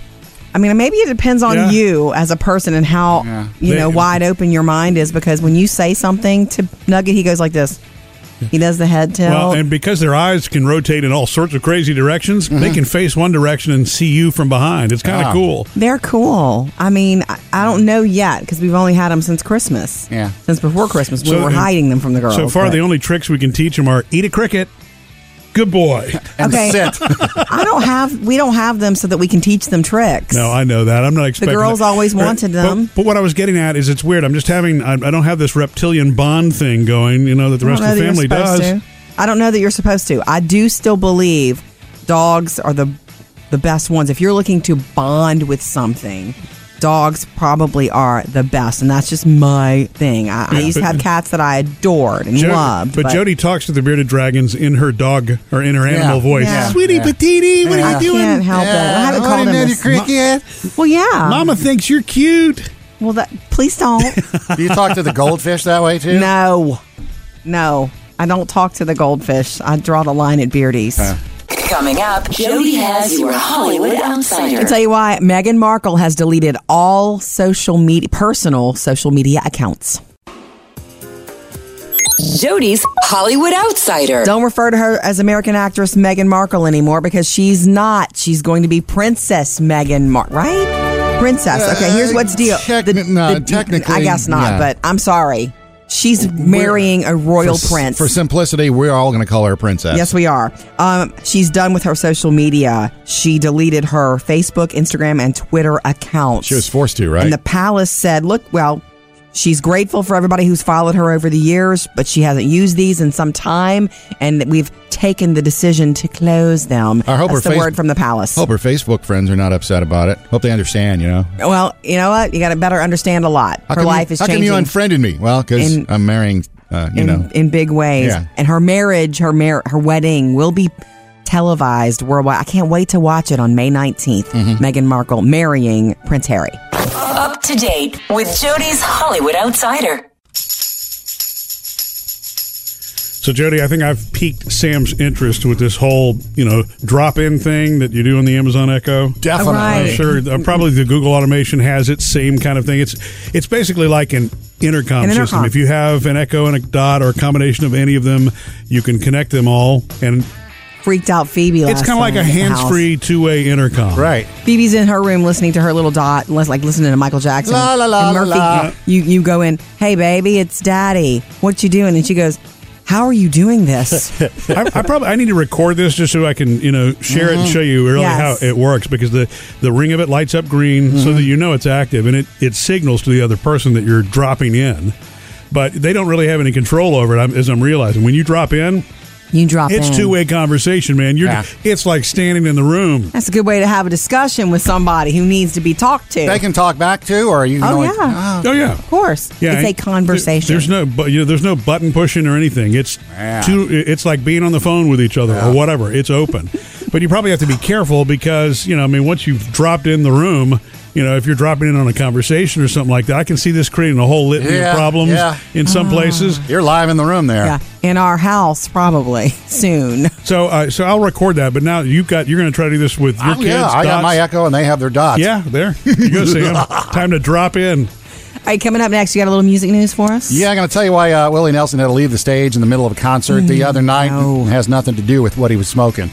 I mean, maybe it depends on
Yeah.
you as a person and how
Yeah.
you
They-
know wide open your mind is. Because when you say something to Nugget, he goes like this. He does the head tilt.
Well, and because their eyes can rotate in all sorts of crazy directions,
Mm-hmm.
they can face one direction and see you from behind. It's
Ah.
kind of cool.
Ah. They're cool. I mean, I, I don't know yet because we've only had them since Christmas.
Yeah.
Since before Christmas, we
So-
were hiding them from the girls.
So far,
but-
the only tricks we can teach them are eat a cricket, good
(laughs)
boy,
okay. (laughs) I don't have. We don't have them so that we can teach them tricks.
No, I know that. I'm not expecting.
girls
that.
always
Right,
wanted
but-
them.
But, what I was getting at is it's weird. I'm just having. I, I don't have this reptilian bond thing going. You know that the
I
rest
don't know
of the family
that you're
does.
supposed to. I don't know that you're supposed to. I do still believe dogs are the the best ones. If you're looking to bond with something, dogs probably are the best, and that's just my thing. I, I
Yeah,
used to
but-
have cats that I adored and
Jody-
loved,
but, Jody talks to the bearded dragons in her dog or in her
Yeah.
animal voice.
Yeah.
Sweetie
Yeah.
petite, what
I
are you doing?
can't help it. I haven't called him this. Well, yeah.
Mama thinks you're cute.
Well, that
(laughs)
please don't.
(laughs) Do you talk to the goldfish that way too?
No, no, I don't talk to the goldfish. I draw the line at beardies.
Coming up, Jody has your Hollywood Outsider.
I tell you why. Meghan Markle has deleted all social media, personal social media accounts.
Jody's Hollywood Outsider.
Don't refer to her as American actress Meghan Markle anymore because she's not. She's going to be Princess Meghan Markle, right? Princess. Okay, here's what's deal. the, the-
Uh, technically,
I guess not,
yeah.
but I'm sorry. She's marrying a (laughs) royal
for, s-
prince.
For simplicity, we're all going to call her a princess.
Yes, we are. Um, she's done with her social media. She deleted her Facebook, Instagram, and Twitter accounts.
She was forced to, right?
And the palace said, look, well, she's grateful for everybody who's followed her over the years, but she hasn't used these in some time, and that we've taken the decision to close them.
I hope
That's
her
the
face-
word from the palace.
Hope her Facebook friends are not upset about it. Hope they understand, you know.
Well, you know what? You got to better understand a lot.
How
her
come
life
you,
is
how
changing.
come you unfriended me? Well, because
In-
I'm marrying, uh, you
in,
know.
in big ways.
Yeah.
And her marriage, her mar- her wedding will be televised worldwide. I can't wait to watch it on May 19th.
Mm-hmm.
Meghan Markle marrying Prince Harry.
Up to date with Jody's Hollywood Outsider.
So Jody, I think I've piqued Sam's interest with this whole, you know, drop-in thing that you do on the Amazon Echo.
Definitely. Right.
I'm sure uh, probably the Google automation has its same kind of thing. It's it's basically like an intercom
An
system.
intercom.
If you have an Echo and a Dot or a combination of any of them, you can connect them all and
Freaked out Phoebe.
it's kind of like a
free.
hands-free two-way intercom.
Right.
Phoebe's in her room listening to her little dot, lis- like listening to Michael Jackson.
La, la, la,
and Murphy,
la, la.
you you go in. Hey baby, it's daddy. What you doing? And she goes, How are you doing this?
(laughs)
I, I probably I need to record this just so I can you know share it and
Mhm.
show you really
Yes. Mm-hmm.
how it works because the the ring of it lights up green so that you know it's active and it it signals to the other person that you're dropping in, but they don't really have any control over it I'm- as I'm realizing when you drop in.
You drop.
It's
in.
two way conversation, man. You're
Yeah.
it's like standing in the room.
That's a good way to have a discussion with somebody who needs to be talked to.
They can talk back too, or you can
oh
only-
yeah.
Oh.
Oh yeah.
Of course.
Yeah,
it's a
and
conversation.
There's no, but you know, there's no button pushing or anything. It's
Yeah.
two. It's like being on the phone with each other or whatever. It's
(laughs)
open, but you probably have to be careful because you know, I mean, once you've dropped in the room, you know, if you're dropping in on a conversation or something like that, I can see this creating a whole litany
Yeah,
of problems
yeah.
in
Ah.
some places.
You're live in the room there.
yeah. In our house, probably (laughs) soon.
So, uh, so I'll record that. But now you've got you're going to try to do this with your
Oh,
kids.
yeah, I got
Dots.
my Echo, and they have their dots.
Yeah, there you go, Sam. Time to drop in.
All right, coming up next, you got a little music news for
(laughs)
us?
Yeah, I'm going to tell you why uh, Willie Nelson had to leave the stage in the middle of a concert the other night. It has nothing to do with what he was smoking.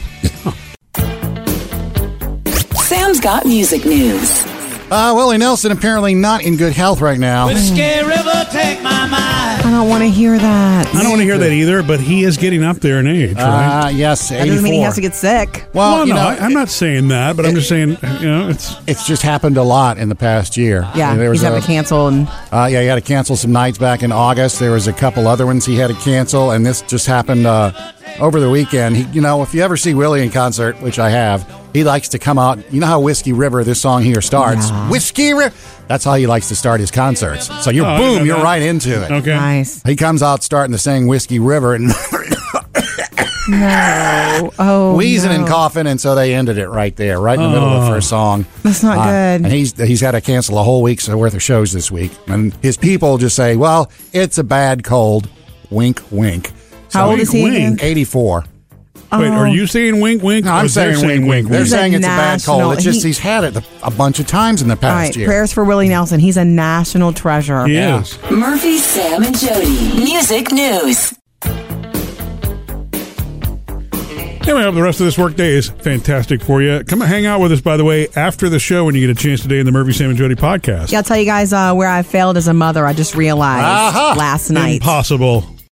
Sam's got music news.
Uh, Willie Nelson apparently not in good health right now.
Whiskey River, take my mind.
Oh. I don't want to hear that.
I don't want to hear that either. But he is getting up there in age. Right?
Uh, yes,
That doesn't mean he
84.
has to get sick.
Well,
no,
you
no,
know,
I, I'm not saying that, but I'm just saying, you know, it's
it's just happened a lot in the past year.
Yeah,
there
he's
was
having
a,
to cancel. And
uh, yeah, he had to cancel some nights back in August. There was a couple other ones he had to cancel, and this just happened uh, over the weekend. He, you know, if you ever see Willie in concert, which I have, he likes to come out. You know how Whiskey River, this song here starts.
Yeah.
Whiskey River. That's how he likes to start his concerts. So you're
Oh, I
boom,
know
you're
that.
right into it.
okay.
nice.
He comes out starting to sing Whiskey River and (laughs)
No. Oh.
wheezing
no.
and coughing, and so they ended it right there, right in the middle of the
Oh.
first song.
That's not
Uh,
good.
And he's he's had to cancel a whole week's worth of shows this week, and his people just say, "Well, it's a bad cold." Wink, wink.
How old is he?
Wink,
Again? Oh.
wink.
Eighty-four.
Wait, are you saying wink, wink?
No,
or
I'm
they're
saying wink, wink. They're
He's a
saying it's a bad
national-
cold. It's just
he-
he's had it the, a bunch of times in the
All
past
right.
year.
Prayers for Willie Nelson. He's a national treasure.
He is.
Murphy, Sam, and Jody. Music news.
Anyway, I hope the rest of this workday is fantastic for you. Come and hang out with us, by the way, after the show when you get a chance today in the Murphy, Sam, and Jody podcast.
Uh-huh.
Yeah, I'll tell you guys uh, where I failed as a mother. I just realized
Aha!
last night.
Impossible.